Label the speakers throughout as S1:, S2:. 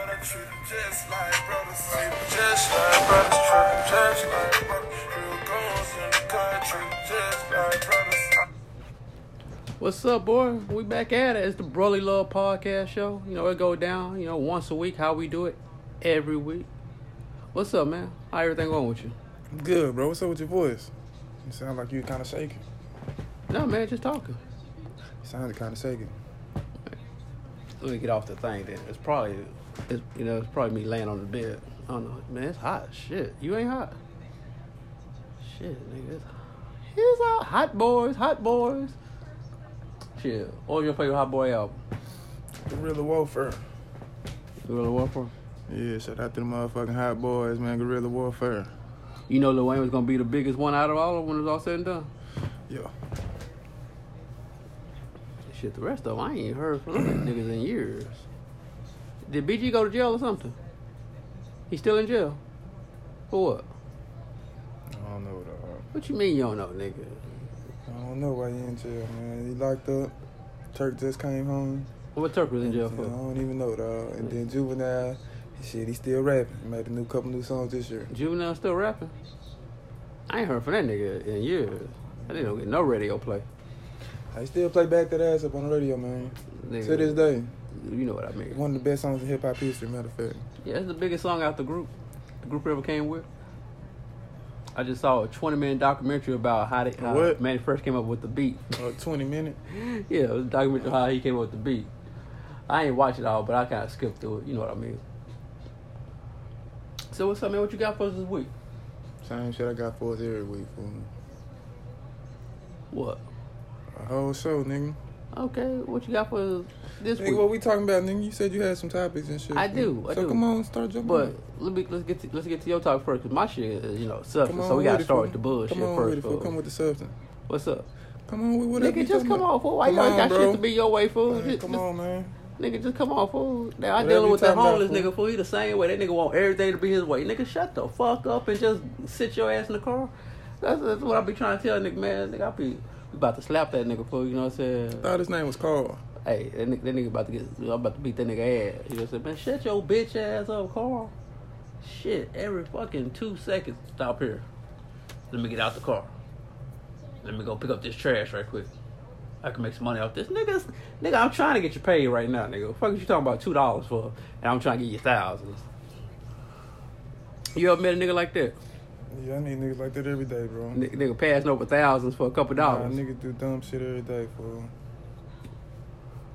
S1: Just like brothers, just like brothers, trip, just like brothers, real guns in the country, just like brothers.
S2: What's up, boy? We back at it. It's the Broly Love Podcast Show. You know, it go down, you know, once a week, how we do it every week. What's up, man? How everything going with you?
S3: Good, bro. What's up with your voice? You sound like you kind of shaking.
S2: No, man, just talking.
S3: You sounded kind of shaking.
S2: Let me get off the thing then. It's probably, it's, you know, it's probably me laying on the bed. I don't know. Man, it's hot. Shit. You ain't hot. Shit, nigga. It's, it's hot. Hot boys, hot boys. Shit. What was your favorite hot boy album?
S3: Gorilla Warfare.
S2: Guerrilla Warfare?
S3: Yeah, shout out to the motherfucking hot boys, man. Gorilla Warfare.
S2: You know Lil Wayne was gonna be the biggest one out of all of them when it's all said and done.
S3: Yo.
S2: Shit, the rest of them, I ain't heard from them niggas in years. Did BG go to jail or something? He's still in jail. For what?
S3: I don't know, dog.
S2: What you mean you don't know, nigga?
S3: I don't know why you in jail, man. He locked up. Turk just came home.
S2: What Turk was in jail
S3: I
S2: for?
S3: don't even know, dog. And then Juvenile, shit, he still rapping. He made a new couple new songs this year.
S2: Juvenile still rapping? I ain't heard from that nigga in years. I didn't get no radio play.
S3: I still play Back That Ass Up on the radio, man.
S2: Nigga,
S3: To this day.
S2: You know what I mean.
S3: One of the best songs in hip hop history, matter of fact.
S2: Yeah, that's the biggest song out the group. The group ever came with. I just saw a 20 minute documentary about how, they, how
S3: What?
S2: Manny first came up with the beat.
S3: Uh, 20 minutes.
S2: yeah, it was a documentary how he came up with the beat. I ain't watch it all, but I kind of skipped through it. You know what I mean? So what's up, man? What you got for us this week?
S3: Same shit I got for us every week, fool.
S2: What?
S3: A whole show, nigga.
S2: Okay, what you got for us this
S3: Nigga, what
S2: week?
S3: we talking about, nigga? You said you had some topics and shit.
S2: I do, I
S3: so
S2: do.
S3: come on, start jumping.
S2: But
S3: on.
S2: let me let's get to, let's get to your topic first, 'cause my shit is you know
S3: come
S2: substance,
S3: on,
S2: so we
S3: with
S2: gotta
S3: it,
S2: start
S3: fool.
S2: with the bullshit
S3: Come on
S2: first.
S3: with it, fool.
S2: fool.
S3: Come with the substance.
S2: What's up?
S3: Come on with whatever. you
S2: Nigga, just
S3: talking
S2: come
S3: about.
S2: on, fool. Why you
S3: Come
S2: always got
S3: on,
S2: shit
S3: bro.
S2: to be your way, fool?
S3: Man,
S2: Just-
S3: come
S2: just-
S3: on, man.
S2: Nigga, just come on, fool. Now I'm
S3: Whatever
S2: dealing
S3: you
S2: with that
S3: talking about,
S2: homeless
S3: fool.
S2: nigga, fool. He the same way. That nigga want everything to be his way. Nigga, shut the fuck up and just sit your ass in the car. That's, that's what I be trying to tell nigga, man. Nigga, I be we about to slap that nigga, fool. You know what I'm saying?
S3: Thought his name was Carl.
S2: Hey, that nigga, that nigga about to get. I'm about to beat that nigga ass. You know what I'm saying? Man, shut your bitch ass up, Carl. Shit, every fucking two seconds, stop here. Let me get out the car. Let me go pick up this trash right quick. I can make some money off this. Niggas, nigga, I'm trying to get you paid right now, nigga. Fuck is you talking about two dollars for? And I'm trying to get you thousands. You ever met a nigga like that?
S3: Yeah, I need niggas like that every day, bro.
S2: N- nigga passing over thousands for a couple
S3: Nah,
S2: dollars.
S3: niggas do dumb shit every day, fool.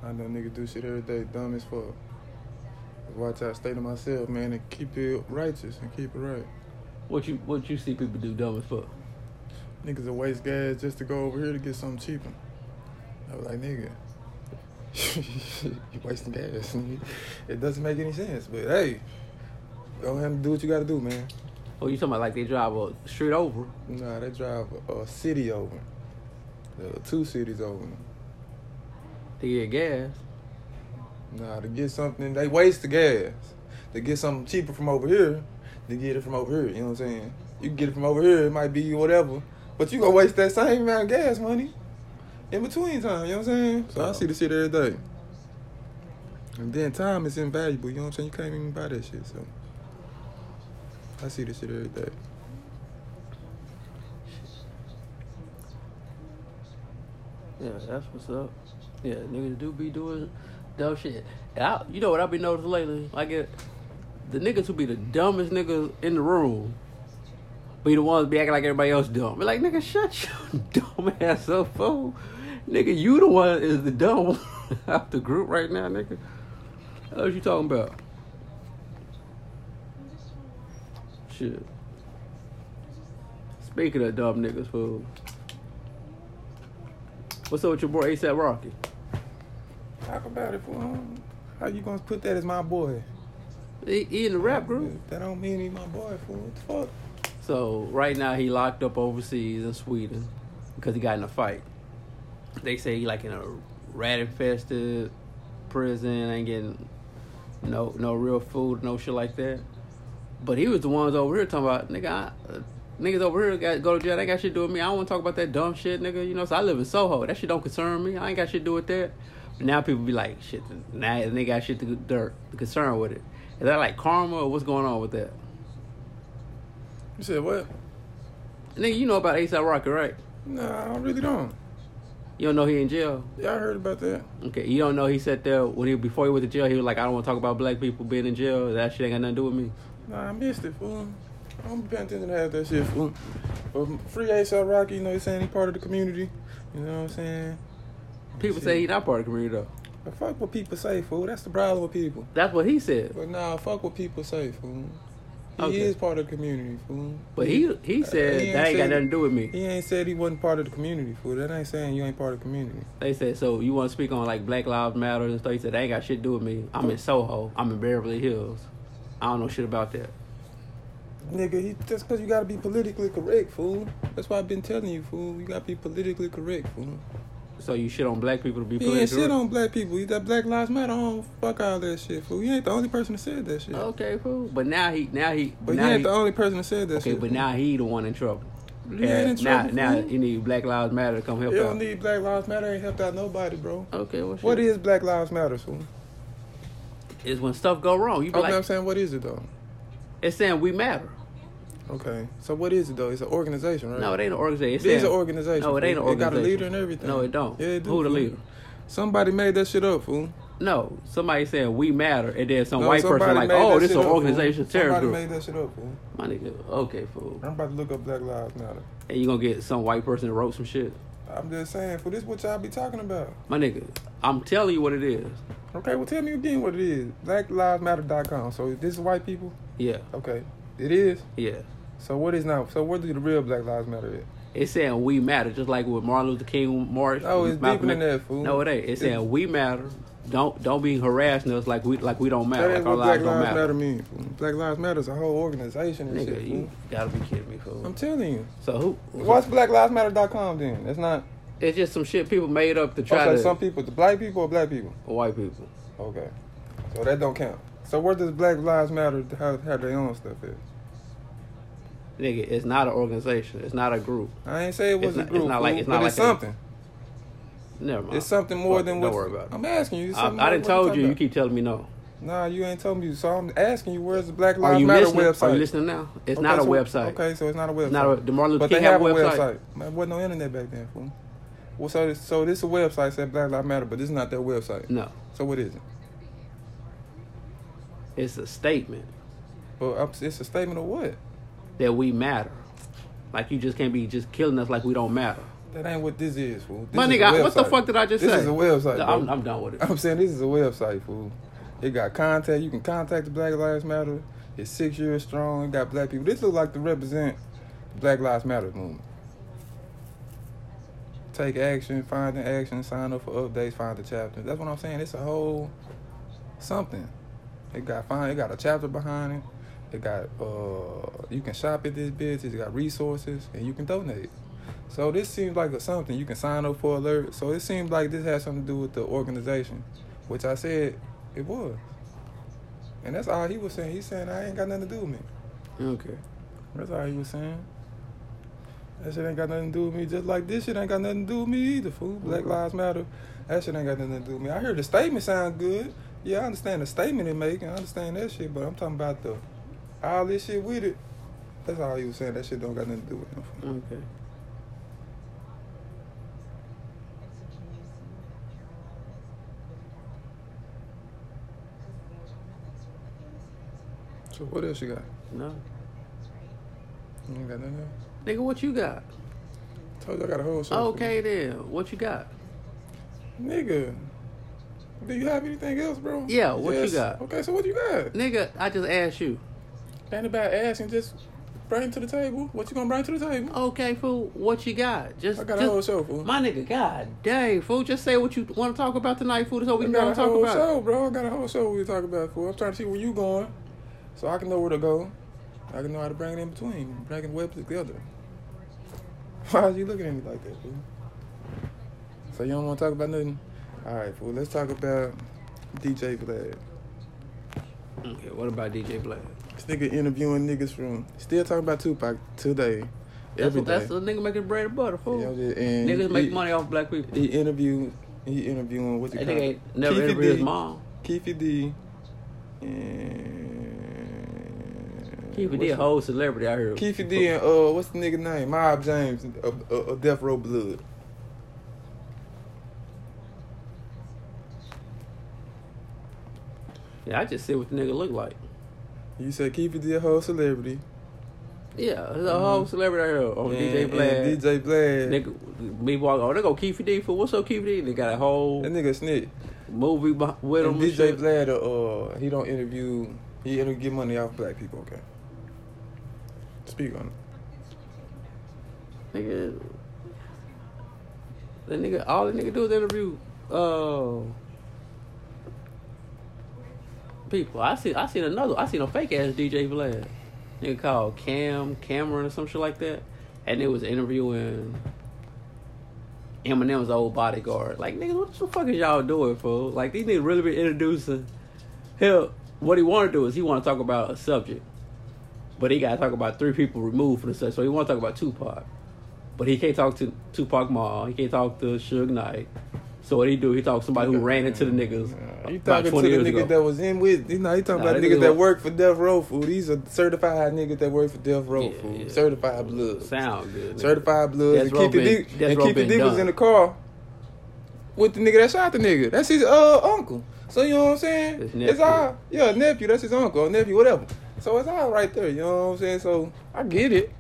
S3: I know niggas do shit every day, dumb as fuck. That's why I try to stay to myself, man, and keep it righteous and keep it right.
S2: what you what you see people do dumb as fuck?
S3: Niggas will waste gas just to go over here to get something cheaper. I was like, nigga, you wasting gas. nigga. it doesn't make any sense, but hey, go ahead and do what you gotta do, man.
S2: Or Oh, you talking about like they drive a street over?
S3: Nah, they drive a, a city over, Uh, two cities over.
S2: to get gas.
S3: Nah, to get something, they waste the gas. To get something cheaper from over here, to get it from over here, you know what I'm saying? You can get it from over here, it might be whatever, but you gonna waste that same amount of gas money in between time, you know what I'm saying? So I see the shit every day. And then time is invaluable, you know what I'm saying? You can't even buy that shit, so. I see this shit every day.
S2: Yeah, that's what's up. Yeah, niggas do be doing dumb shit. And I, you know what I've been noticing lately? I get the niggas who be the dumbest niggas in the room be the ones be acting like everybody else dumb. Be like, nigga, shut your dumb ass up, fool. Nigga, you the one is the dumb one out the group right now, nigga. What you talking about? Shit. Speaking of dumb niggas, fool. What's up with your boy ASAP Rocky?
S3: Talk about it, fool. How you gonna put that as my boy?
S2: He, he in the rap group.
S3: That don't mean he my boy, fool. What the fuck?
S2: So right now he locked up overseas in Sweden because he got in a fight. They say he like in a rat infested prison, ain't getting no no real food, no shit like that. But he was the ones over here talking about nigga. I, uh, Niggas over here got go to jail. They got shit to do with me. I don't want to talk about that dumb shit, nigga. You know, so I live in Soho. That shit don't concern me. I ain't got shit to do with that. But now people be like, shit. Now they got shit to dirt concern with it. Is that like karma or what's going on with that?
S3: You said what?
S2: Nigga, you know about ASAP Rocky, right?
S3: Nah, I really don't.
S2: You don't know he in jail.
S3: Yeah, I heard about that.
S2: Okay, you don't know he sat there when he before he went to jail. He was like, I don't want to talk about black people being in jail. That shit ain't got nothing to do with me.
S3: Nah, I missed it, fool. I don't be paying attention to half that shit, fool. But free ASAP Rocky, you know, he's saying he part of the community. You know what I'm saying? Oh,
S2: People say he not part of the community though.
S3: But fuck what people say, fool. That's the problem with people.
S2: That's what he said.
S3: But nah, fuck what people say, fool. He
S2: Okay.
S3: is part of the community, fool.
S2: But he he said
S3: Uh, he
S2: that ain't
S3: ain't
S2: got
S3: said-
S2: nothing to do with me.
S3: He ain't said he wasn't part of the community, fool. That ain't saying you ain't part of the community.
S2: They said so. You want to speak on like Black Lives Matter and stuff? He said that ain't got shit to do with me. I'm in Soho. I'm in Beverly Hills. I don't know shit about that.
S3: Nigga, he, that's because you gotta be politically correct, fool. That's why I've been telling you, fool. You gotta be politically correct, fool.
S2: So you shit on black people to be
S3: He ain't
S2: politically
S3: shit
S2: correct?
S3: on black people. He that Black Lives Matter on fuck all that shit, fool. You ain't the only person that said that shit.
S2: Okay, cool. But now he now he
S3: but you
S2: Oh. now
S3: ain't
S2: he,
S3: the only person that said that
S2: okay.
S3: shit.
S2: But
S3: fool.
S2: now he the one in trouble.
S3: You ain't in
S2: now
S3: trouble,
S2: now
S3: fool.
S2: you need Black Lives Matter to come help
S3: You
S2: out.
S3: don't need Black Lives Matter. Ain't helped out nobody, bro.
S2: okay, well, shit.
S3: What is Black Lives Matter, fool?
S2: is when stuff go wrong? You be
S3: Okay, I'm
S2: like,
S3: saying what is it though?
S2: it's saying we matter.
S3: Okay, so what is it though? It's an organization, right?
S2: No, it ain't an organization. It's
S3: It is an
S2: saying-
S3: organization.
S2: No, it ain't an
S3: fool. It got a
S2: organization.
S3: leader and everything.
S2: No, it don't.
S3: Yeah, it do,
S2: Who the
S3: fool.
S2: leader?
S3: Somebody made that shit up, fool.
S2: No, somebody saying we matter, and then some
S3: No,
S2: white person
S3: somebody
S2: like,
S3: made
S2: oh,
S3: that
S2: this
S3: shit
S2: is an
S3: up, fool.
S2: organization terrorist
S3: Somebody
S2: group.
S3: made that shit up, fool.
S2: My nigga, okay, fool.
S3: I'm about to look up Black Lives Matter.
S2: And you gonna get some white person that wrote some shit.
S3: I'm just saying, fool. This what y'all be talking about.
S2: My nigga, I'm telling you what it is.
S3: Okay, well tell me again what it is. BlackLivesMatter.com. So this is white people.
S2: Yeah,
S3: Okay, it is.
S2: yeah.
S3: So what is now? So what do the real Black Lives Matter is?
S2: It's saying we matter, just like with Martin Luther King march.
S3: No, it's
S2: Malcolm
S3: deeper than
S2: X.
S3: that, fool.
S2: No, it ain't. It's saying
S3: It's-
S2: we matter. Don't don't be harassing us like we like we don't matter.
S3: that
S2: Like
S3: ain't
S2: our
S3: what Black
S2: lives
S3: Lives
S2: don't matter.
S3: Matter, mean. Fool. Black Lives Matter is a whole organization and shit.
S2: Nigga,
S3: Fool.
S2: you gotta be kidding me, fool.
S3: I'm telling you.
S2: So who?
S3: What's BlackLivesMatter.com then? That's not.
S2: It's just some shit people made up to try
S3: Okay,
S2: to
S3: some people, the black people or black people.
S2: white people.
S3: Okay, so that don't count. So where does Black Lives Matter have, have their own stuff at?
S2: Nigga, it's not an organization. It's not a group.
S3: I ain't say it
S2: It's
S3: was a
S2: not- it's
S3: group,
S2: not like-
S3: fool,
S2: it's not
S3: but it's
S2: like a-
S3: something.
S2: Never mind.
S3: it's something more
S2: Fuck it,
S3: than
S2: Don't
S3: what.
S2: worry about it.
S3: I'm asking you. it's
S2: I,
S3: something
S2: I
S3: more
S2: didn't
S3: than what
S2: told you.
S3: you're
S2: You
S3: talking
S2: keep telling me no.
S3: about. Nah, you ain't telling me. So I'm asking you, where's the Black
S2: Are
S3: Lives
S2: you
S3: Matter
S2: listening?
S3: website?
S2: Are you listening now? It's
S3: Okay,
S2: not a
S3: so-
S2: website.
S3: Okay, so it's not a website.
S2: Not a, the Martin Luther
S3: but
S2: King
S3: they have a
S2: website.
S3: website. Man, wasn't no internet back then, fool. Well, so so this is a website said Black Lives Matter, but this is not their website.
S2: No,
S3: So what is it?
S2: it's a statement
S3: Well, I'm- it's a statement of what?
S2: that we matter. Like you just can't be just killing us like we don't matter.
S3: That ain't what this is, fool. This
S2: My
S3: is a
S2: nigga, what the
S3: website.
S2: fuck did I just
S3: This
S2: say?
S3: is a website.
S2: No,
S3: bro.
S2: I'm, I'm done with it.
S3: I'm saying this is a website, fool. It got contact. You can contact the Black Lives Matter. It's six years strong. It got black people. This look like to represent Black Lives Matter movement. Take action, find an action, sign up for updates, find the chapter. That's what I'm saying. It's a whole something. It got fine. It got a chapter behind it. It got uh, you can shop at this bitch. It's got resources, and you can donate. So this seems like a something you can sign up for alert. So it seems like this has something to do with the organization, which I said it was. And that's all he was saying. He's saying I ain't got nothing to do with me.
S2: Okay.
S3: That's all he was saying. That shit ain't got nothing to do with me. Just like this shit ain't got nothing to do with me either, fool. Black Lives Matter. That shit ain't got nothing to do with me. I heard the statement sound good. Yeah, I understand the statement it making. I understand that shit, but I'm talking about the all this shit with it. That's all he was saying. That shit don't got nothing to do with him. fool.
S2: Okay.
S3: So what else you got?
S2: No.
S3: You ain't got nothing else?
S2: Nigga, what you got?
S3: Told you I got a whole show. for
S2: okay then. What you got?
S3: you. Nigga. Do you have anything else, bro?
S2: Yeah, what you got?
S3: Okay, so what you got?
S2: Nigga, I just asked you.
S3: Ain't about asking, just bring to the table. What you gonna bring to the table?
S2: Okay, fool, what you got? Just
S3: I got
S2: just-
S3: a whole show, fool.
S2: My nigga, god dang, fool. Just say what you want to talk about tonight, fool, so we
S3: I
S2: can
S3: got
S2: go
S3: a
S2: and talk
S3: whole
S2: about
S3: show, bro. I got a whole show we talk about, fool. I'm trying to see where you going so I can know where to go. I can know how to bring it in between, bring the web together. Why is you looking at me like that, fool? So you don't want to talk about nothing? All right, fool. Let's talk about DJ Vlad.
S2: it. Okay, what about DJ Black?
S3: This nigga interviewing niggas from still talking about Tupac today.
S2: That's,
S3: every
S2: what,
S3: day.
S2: that's the nigga making bread and butter, fool.
S3: You know, just- and
S2: Niggas
S3: he-
S2: make money off black people.
S3: He interviewed he interviewing what you
S2: That
S3: call
S2: nigga
S3: it?
S2: ain't never
S3: Keefy
S2: interviewed his
S3: D,
S2: mom.
S3: Keefy D And
S2: Keefe
S3: what's
S2: did
S3: the-
S2: whole celebrity out here.
S3: Keefe D and uh, what's the nigga name? Mob James of uh, uh, Death Row Blood.
S2: Yeah, I just said what the nigga look like.
S3: You said Keefe D a whole celebrity.
S2: Yeah, there's a whole celebrity out here on DJ
S3: And-
S2: Blast.
S3: and DJ Blad.
S2: Nigga, me walk on. They go Keefe D for what's up, Keefe D? They got a whole
S3: That nigga snitch.
S2: movie beh- with him.
S3: And
S2: and
S3: DJ
S2: shit.
S3: Blad, uh, uh, he don't interview. He don't get money off black people. Okay. Speak on it.
S2: Nigga, that nigga, all the nigga do is interview uh, people. I see, I seen another, I seen a fake ass DJ Vlad, nigga called Cam Cameron or some shit like that, and it was interviewing Eminem's old bodyguard. Like niggas, what the fuck is y'all doing, fool? Like these niggas really be introducing. Hell, what he want to do is he want to talk about a subject. But he gotta talk about three people removed from the set. So he wanna talk about Tupac. But he can't talk to Tupac Ma. He can't talk to Suge Knight. So what he do? He talk to somebody who ran into the niggas.
S3: Uh, you
S2: about
S3: talking to
S2: 20
S3: the
S2: years
S3: niggas
S2: ago.
S3: that was in with? You know, you talking
S2: Nah,
S3: about
S2: that
S3: niggas
S2: nigga
S3: that
S2: was-
S3: work for Death Row Food. These are certified niggas that work for Death Row
S2: Yeah,
S3: Food.
S2: yeah.
S3: Certified blood.
S2: sound good. nigga.
S3: Certified blood.
S2: That's
S3: and
S2: rope
S3: keep the
S2: been-
S3: dick
S2: that's
S3: and
S2: rope
S3: keep the
S2: been
S3: dick was
S2: done.
S3: in the car with the nigga that shot the nigga. That's his uh uncle. So you know what I'm saying?
S2: His
S3: It's
S2: nephew.
S3: all yeah, nephew, that's his uncle, or nephew, whatever. So it's all right there, you know what I'm saying? So I get it.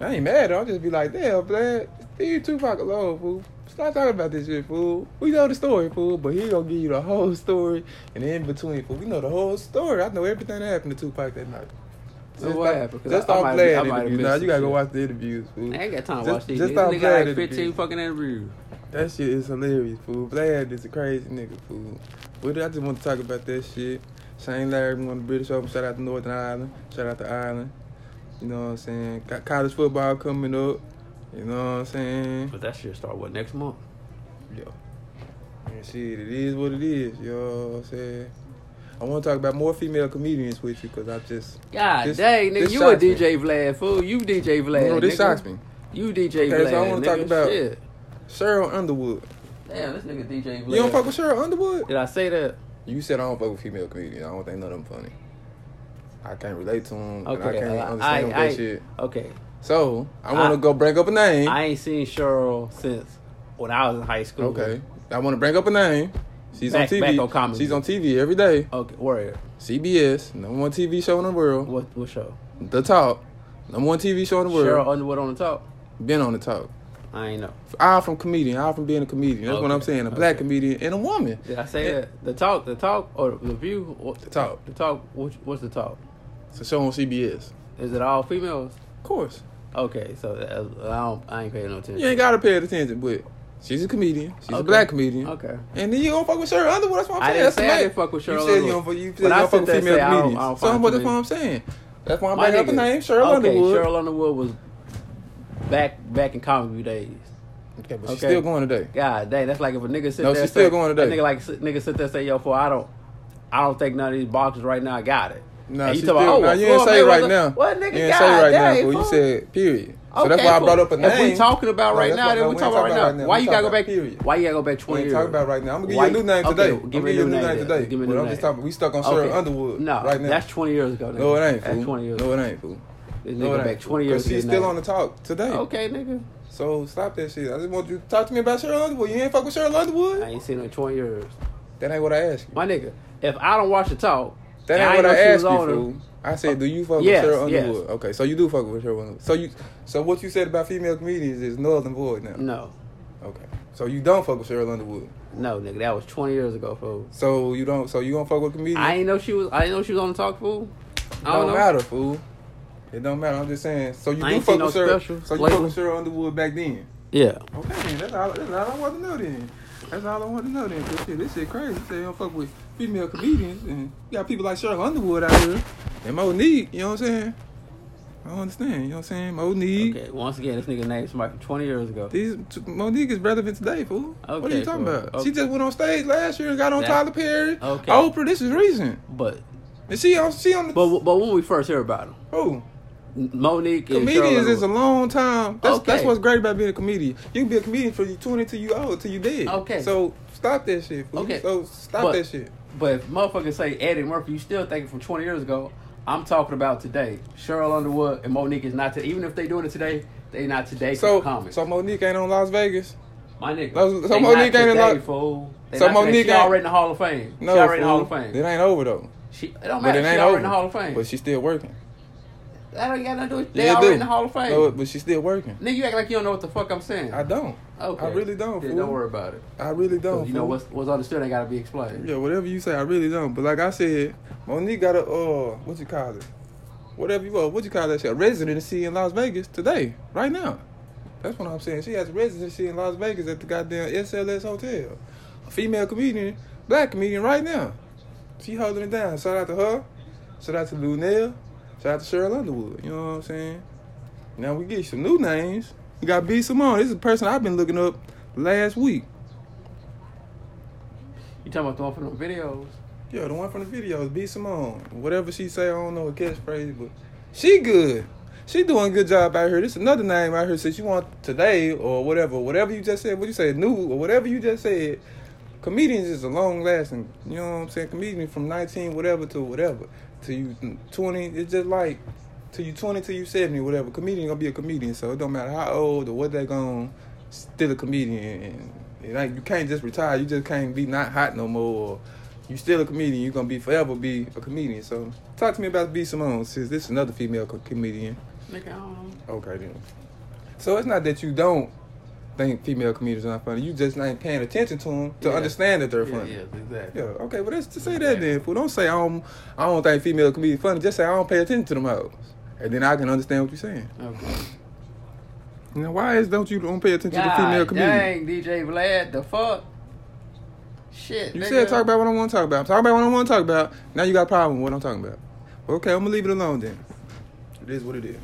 S3: I ain't mad, I'll just be like, damn, Vlad, leave Tupac alone, fool. Stop talking about this shit, fool. We know the story, fool, but he gonna give you the whole story and in between, fool. We know the whole story. I know everything that happened to Tupac that night.
S2: So what
S3: off-
S2: happened? 'Cause
S3: Just
S2: I- I
S3: off
S2: might- I
S3: Vlad
S2: might have
S3: interviews.
S2: missed
S3: Nah,
S2: some
S3: you gotta go
S2: shit.
S3: watch the interviews, fool.
S2: I ain't got time to
S3: Just-
S2: watch these.
S3: just
S2: niggas.
S3: off
S2: nigga like
S3: Vlad
S2: fifteen
S3: interviews.
S2: fucking interviews.
S3: That shit is hilarious, fool. Vlad is a crazy nigga, fool. But I just want to talk about that shit. Shane Larry won the British Open. Shout out to Northern Ireland. Shout out to Ireland. You know what I'm saying? Got college football coming up. You know what I'm saying?
S2: But that shit start what next month?
S3: Yo. And shit, it is what it is. You know what I'm saying? I want to talk about more female comedians with you because I just.
S2: God
S3: This-
S2: dang, nigga,
S3: this
S2: you a
S3: shocks me.
S2: DJ Vlad fool. You DJ Vlad.
S3: you know, this
S2: nigga.
S3: shocks me.
S2: You DJ
S3: Okay,
S2: Vlad.
S3: so I wanna
S2: nigga.
S3: talk about-
S2: Shit.
S3: Cheryl Underwood.
S2: Damn, this nigga DJ Vlad.
S3: You don't fuck with Cheryl Underwood?
S2: Did I say that?
S3: You said I don't fuck with female comedians. I don't think none of them funny. I can't relate to them. and I
S2: Okay,
S3: can't
S2: I-
S3: understand
S2: I-
S3: that
S2: I-
S3: shit.
S2: Okay.
S3: So I
S2: I-
S3: want to go bring up a name.
S2: I ain't seen Cheryl since when I was in high school.
S3: okay, I want to bring up a name. She's
S2: Back-
S3: on TV.
S2: back on comedy.
S3: She's on TV every day.
S2: Okay, Warrior.
S3: CBS, number one TV show in the world.
S2: What what show?
S3: The Talk, number one TV show in the world.
S2: Cheryl Underwood on the top?
S3: Been on the Talk.
S2: I ain't know.
S3: All from comedian. All from being a comedian. That's what
S2: Okay,
S3: I'm saying. A black
S2: okay.
S3: comedian and a woman.
S2: Did I say that? The talk, the talk, or the view? What, the
S3: Talk.
S2: The talk. Which, what's the talk?
S3: It's a show on CBS.
S2: Is it all females?
S3: Of course.
S2: Okay, so that- I don't. I ain't paying no attention.
S3: You ain't gotta pay attention, but she's a comedian. She's a
S2: Okay.
S3: black comedian.
S2: Okay.
S3: And then you don't fuck with Cheryl Underwood. That's what I'm
S2: I
S3: saying.
S2: didn't
S3: That's the
S2: say I
S3: main-
S2: didn't fuck with Cheryl
S3: You said you
S2: Underwood.
S3: don't fuck, you said
S2: But
S3: you
S2: I
S3: don't
S2: said
S3: fuck with
S2: that
S3: female
S2: say I don't-
S3: comedians.
S2: I don't
S3: so
S2: find
S3: what,
S2: too
S3: that's what
S2: many.
S3: I'm saying. That's why I'm
S2: My
S3: bringing up
S2: nigga.
S3: the name Cheryl
S2: okay,
S3: Underwood.
S2: Cheryl Underwood was back back in comedy days.
S3: Okay, but she's
S2: Okay.
S3: still going today.
S2: God dang, that's like if a nigga sit
S3: No,
S2: there.
S3: she's
S2: say-
S3: still going today.
S2: that Nigga like sit- nigga sit there and say yo, for I don't, I don't think none of these boxers right now got it.
S3: Nah,
S2: And
S3: she's
S2: talk
S3: still,
S2: about, oh,
S3: nah,
S2: well,
S3: you ain't
S2: Floyd
S3: say right
S2: Mayweather-
S3: now.
S2: What nigga
S3: you ain't
S2: got
S3: say right
S2: dang,
S3: now, fool. You
S2: fool.
S3: said period. So
S2: Okay,
S3: that's why I
S2: cool.
S3: brought up a name.
S2: If we talking about
S3: No,
S2: right
S3: that's
S2: now,
S3: why-
S2: then
S3: no,
S2: we
S3: ain't
S2: talking about right now. Why
S3: We
S2: you gotta
S3: talking
S2: go
S3: about
S2: back?
S3: Period.
S2: Why you gotta go back
S3: We
S2: twenty
S3: ain't
S2: years?
S3: talking about right now. I'm gonna give
S2: Why-
S3: you a new name
S2: okay,
S3: today.
S2: well, give
S3: I'm gonna
S2: me a
S3: give you
S2: new name
S3: today.
S2: then. Give me a
S3: But
S2: new
S3: I'm just
S2: name.
S3: talking. We stuck on Cheryl Underwood
S2: No,
S3: right now.
S2: that's twenty years ago. Nigga.
S3: No, it ain't.
S2: That's
S3: fool.
S2: twenty years.
S3: No,
S2: ago.
S3: it ain't. Fool.
S2: This nigga
S3: No, it
S2: back
S3: ain't.
S2: twenty years.
S3: Cause she's
S2: ago
S3: still
S2: now.
S3: on the talk today.
S2: Okay, nigga.
S3: So stop that shit. I just want you to talk to me about Cheryl Underwood. You ain't fuck with Cheryl Underwood.
S2: I ain't seen her in twenty years.
S3: That ain't what I asked you.
S2: My nigga, if I don't watch the talk,
S3: That
S2: and
S3: ain't what
S2: know
S3: I
S2: she
S3: asked
S2: was
S3: you.
S2: on her-
S3: Fool. I said, do you fuck
S2: Yes,
S3: with Cheryl
S2: yes.
S3: Underwood? Okay, so you do fuck with Cheryl Underwood. So you, so what you said about female comedians is null and void now.
S2: No,
S3: Okay, so you don't fuck with Cheryl Underwood.
S2: no, nigga, that was twenty years ago, fool.
S3: So you don't. So you don't fuck with comedians.
S2: I ain't know she was. I ain't know she was on the talk, fool.
S3: it
S2: I don't,
S3: don't
S2: know.
S3: matter, fool. It don't matter. I'm just saying. So you
S2: I
S3: do
S2: ain't
S3: fuck
S2: seen
S3: with
S2: no
S3: Cheryl.
S2: special
S3: So you
S2: lately.
S3: fuck with Cheryl Underwood back then.
S2: Yeah,
S3: Okay, then. That's all. That's all I want to know then. That's all I want to know then. 'Cause shit, this shit crazy. Say you don't fuck with female comedians, and you got people like Cheryl Underwood out here and Monique. You know what I'm saying? I don't understand. You know what I'm saying? Monique.
S2: Okay, once again, this nigga named somebody from 20 years ago.
S3: These Monique is relevant today, fool. what are
S2: Okay,
S3: you talking
S2: fool.
S3: about?
S2: Okay.
S3: She just went on stage last year and got on
S2: That-
S3: Tyler Perry,
S2: Okay.
S3: Oprah. This is recent.
S2: But
S3: And she on she on the
S2: but but when we first hear about him,
S3: oh,
S2: N- Monique and
S3: comedians
S2: Charlotte
S3: is a
S2: were-
S3: long time. That's that's
S2: Okay.
S3: what's great about being a comedian. You can be a comedian for you twenty till you old till you dead.
S2: Okay.
S3: So stop that shit. Fool.
S2: Okay.
S3: So stop
S2: But-
S3: that shit.
S2: But if motherfuckers say Eddie Murphy, you still thinking from 20 years ago. I'm talking about today. Cheryl Underwood and Monique is not today. Even if they doing it today, they not today for
S3: So,
S2: comics.
S3: so Monique ain't on Las Vegas.
S2: My nigga.
S3: So- so
S2: they
S3: Monique
S2: not
S3: ain't
S2: today,
S3: in the-
S2: fool. They
S3: so
S2: not today.
S3: Monique
S2: she
S3: ain't-
S2: already in the Hall of Fame.
S3: No,
S2: she already in the Hall
S3: fool.
S2: of Fame.
S3: It ain't over though.
S2: She it don't
S3: But
S2: matter.
S3: it ain't
S2: she
S3: over.
S2: already in the Hall of Fame.
S3: But she's still working.
S2: that ain't got nothing to do with They
S3: it
S2: already
S3: do.
S2: in the Hall of Fame.
S3: No, but she's still working.
S2: Nigga, you act like you don't know what the fuck I'm saying.
S3: I don't. I really don't.
S2: Yeah,
S3: fool.
S2: don't worry about it.
S3: I really don't.
S2: 'Cause you know
S3: fool.
S2: what's what's understood ain't gotta be explained.
S3: Yeah, whatever you say, I really don't. But like I said, Monique got a uh, what you call it? Whatever you uh, what you call that shit? A residency in Las Vegas today, right now. That's what I'm saying. She has a residency in Las Vegas at the goddamn SLS hotel. A female comedian, black comedian, right now. She holding it down. Shout out to her. Shout out to Lunel. Shout out to Cheryl Underwood. You know what I'm saying? Now we get some new names. We got B Simone. This is a person I've been looking up last week.
S2: You talking about the one from the videos?
S3: Yo, the one from the videos, B Simone. Whatever she say, I don't know her catchphrase, but she good. She doing a good job out here. This another name out here. Since you want today or whatever, whatever you just said, what you say, new or whatever you just said. Comedians is a long lasting. You know what I'm saying? Comedian from 19 whatever to whatever to you 20. It's just like to you 20 to you 70 whatever. Comedian gonna be a comedian, so it don't matter how old or what they gonna still a comedian. And it ain't, you can't just retire. You just can't be not hot no more. Or, you still a comedian. You're gonna be forever be a comedian. So talk to me about B Simone, since this is another female co- comedian.
S2: Nigga, I don't know.
S3: Okay then. So it's not that you don't think female comedians are not funny. You just ain't paying attention to them to
S2: Yeah.
S3: understand that they're
S2: Yeah,
S3: funny.
S2: yeah,
S3: Yeah.
S2: exactly.
S3: okay, well, that's to say that then. Fool. Don't say I don't, I don't think female comedians funny. Just say I don't pay attention to them hoes, and then I can understand what you're saying.
S2: Okay.
S3: Now, why is don't you don't pay attention to female
S2: God
S3: comedians?
S2: dang, DJ Vlad, the fuck? Shit,
S3: You
S2: nigga.
S3: said talk about what I want to talk about. Talk about what I want to talk about. Now you got a problem with what I'm talking about. Okay, I'm gonna leave it alone then. It is what it is.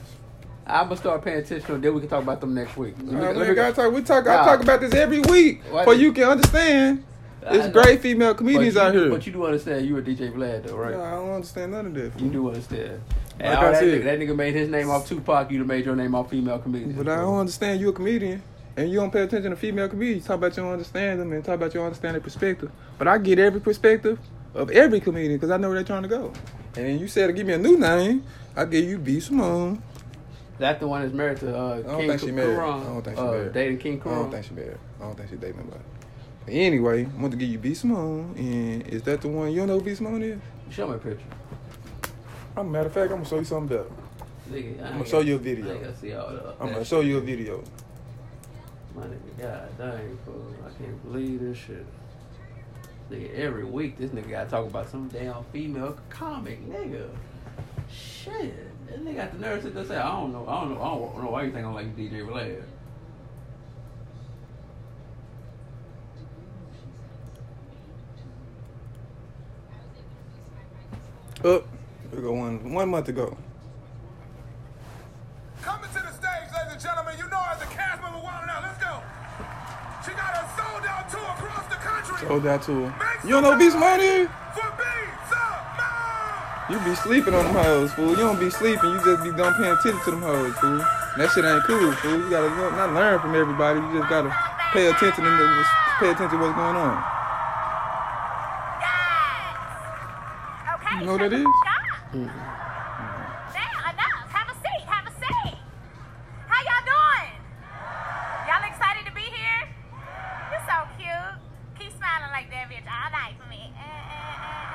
S2: I'm gonna start paying attention, then we can talk about them next week. Let me-
S3: Nah,
S2: let
S3: we
S2: me-
S3: gotta talk. We talk. I
S2: Nah.
S3: talk about this every week,
S2: Why
S3: for
S2: do-
S3: you can understand.
S2: I
S3: It's
S2: know.
S3: great female
S2: but
S3: comedians
S2: you-
S3: out here.
S2: But you do understand you were DJ Vlad, though, right?
S3: Nah, I don't understand none of that.
S2: You do understand. And
S3: Like
S2: all
S3: I
S2: that,
S3: said.
S2: nigga, that nigga made his name off Tupac. You done made your name off female comedians.
S3: But I don't understand. You a comedian, and you don't pay attention to female comedians. Talk about you don't understand them, and talk about you don't understand their perspective. But I get every perspective of every comedian because I know where they're trying to go. And then you said to give me a new name. I give you B Simone.
S2: That the one that's married to uh,
S3: I don't
S2: King
S3: think she married.
S2: Kuron.
S3: I don't think she
S2: uh,
S3: married.
S2: Dating King
S3: I don't
S2: Kuron.
S3: think she married. I don't think she dating nobody. But anyway, I want to give you B Simone, and is that the one you don't know who B Simone is?
S2: Show me a picture.
S3: I'm matter of fact, I'm gonna show you something better.
S2: Nigga, I
S3: I'm
S2: ain't
S3: gonna show
S2: got-
S3: you a
S2: I ain't
S3: video.
S2: gotta see all the.
S3: I'm gonna show you a video.
S2: My nigga, god dang, fool. I can't believe this shit. Nigga, every week this nigga gotta talk about some damn female comic, nigga. Shit. This nigga got the nerve to sit there and say, I don't know, I don't know, I don't know why you think I like DJ Vlad.
S3: Up, we go one one month ago.
S1: Coming to the stage, ladies and gentlemen, you know her as a cast member Wild Now. Let's go. She got a sold out tour across the country.
S3: Sold out to her.
S1: Make
S3: You don't know
S1: some
S3: B Simone is?
S1: For beats up, man.
S3: You be sleeping on them hoes, fool. You don't be sleeping. You just be done paying attention to them hoes, fool. And that shit ain't cool, fool. You gotta learn- not learn from everybody. You just gotta pay attention and just pay attention to what's going on.
S4: Okay.
S3: You know what
S4: shut
S3: that is?
S4: the f- up. Now, enough. Have a seat. Have a seat. How y'all doing? Y'all excited to be here? You're so cute. Keep smiling like that, bitch. All night for me. Eh, eh, eh.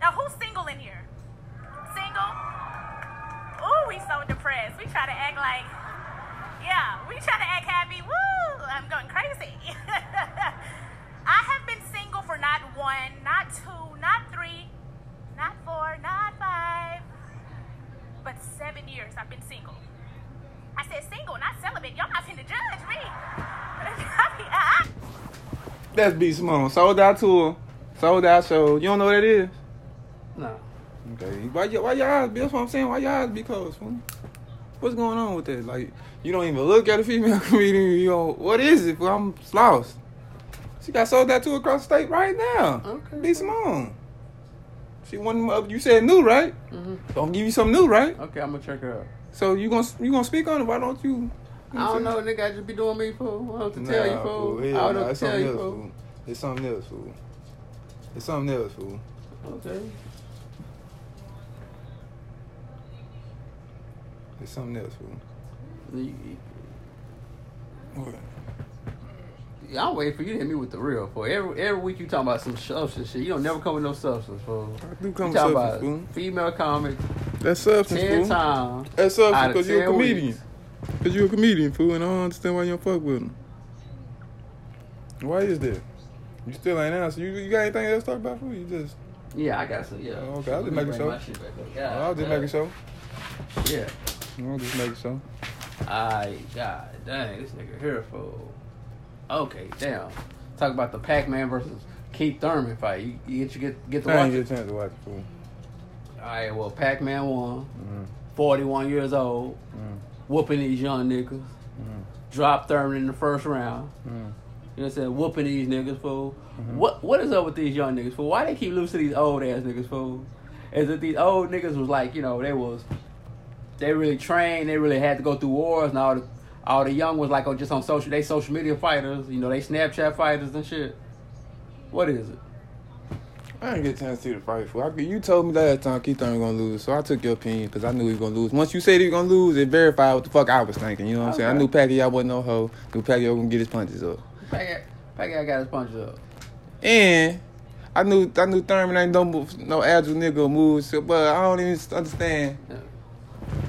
S4: Now, who's single in here? Single? Ooh, we so depressed. We try to act like, yeah, we try to act happy. Woo, I'm going crazy. I have been single for not one, not two, not three, not four, not five, but seven years I've been single. I said single, not celibate. Y'all not finna judge me. uh-uh. I
S3: That's B Simone. Sold out tour. Sold out show. You don't know what that is?
S2: Nah.
S3: Okay. Why, y- why y'all eyes? That's what I'm saying. Why y'all eyes be closed, fool? What's going on with that? Like, you don't even look at a female comedian. You don't, what is it? Fool? I'm lost. She got sold out to across the state right now.
S2: Okay.
S3: B Simone. She one of you said new, right?
S2: Mhm.
S3: Don't give you something new, right?
S2: Okay, I'm gonna check her out.
S3: So you gonna you gonna speak on it? Why don't you? you
S2: I
S3: what
S2: don't
S3: I'm
S2: know,
S3: saying?
S2: nigga. I just be doing me, fool. I don't know what to tell you,
S3: Nah,
S2: fool.
S3: hell
S2: I don't
S3: nah,
S2: know what
S3: it's
S2: to tell
S3: something
S2: you,
S3: else,
S2: fool.
S3: It's something else, fool. It's something else, fool.
S2: Okay.
S3: It's something else, fool.
S2: You- you- I'm waiting for you to hit me with the real for every every week you talking about some substance shit. You don't never come with no substance, fool.
S3: I do
S2: You
S3: come with
S2: talking
S3: substance,
S2: about
S3: fool.
S2: female comic
S3: That's substance,
S2: ten
S3: fool.
S2: times.
S3: That's
S2: out
S3: substance
S2: of
S3: because you're a
S2: 10
S3: comedian.
S2: weeks.
S3: Because you're a comedian, fool, and I don't understand why you don't fuck with him. Why is that? You still ain't answer. You, you got anything else to talk about, fool? You just.
S2: Yeah, I got some. Yeah.
S3: Oh, okay, I was just
S2: Let me
S3: making
S2: bring
S3: sure.
S2: my shit back up. God,
S3: I'll just Oh, make a show.
S2: damn. Yeah.
S3: I'll just make a show.
S2: I god dang, this nigga here for. Okay, damn. Talk about the Pac-Man versus Keith Thurman fight. You, you get you get get the
S3: I
S2: watch.
S3: ain't
S2: it?
S3: get a chance to watch it, fool.
S2: All right, well, Pac-Man won.
S3: Mm,
S2: 41 years old,
S3: mm,
S2: whooping these young niggas. Mm-hmm.
S3: mm,
S2: Dropped Thurman in the first round.
S3: mm.
S2: You know what I'm saying? Whooping these niggas, fool. What what is up with these young niggas, fool? Why they keep losing to these old ass niggas, fool? Is that these old niggas was like, you know, they was they really trained, they really had to go through wars and all the all the young ones like on just on social they social media fighters, you know, they Snapchat fighters and shit. What is it?
S3: I didn't get a chance to see the fight, fool. I, you told me last time Keith Thurman was gonna lose, so I took your opinion because I knew he was gonna lose. Once you said he was gonna lose, it verified what the fuck I was thinking. You know what I'm saying? I
S2: Okay.
S3: knew Pacquiao wasn't no hoe. Knew Pacquiao gonna get his punches up.
S2: Pacquiao, Pacquiao got his punches up.
S3: And I knew I knew Thurman ain't no move- no agile nigga moves, so, but I don't even understand.
S2: Yeah.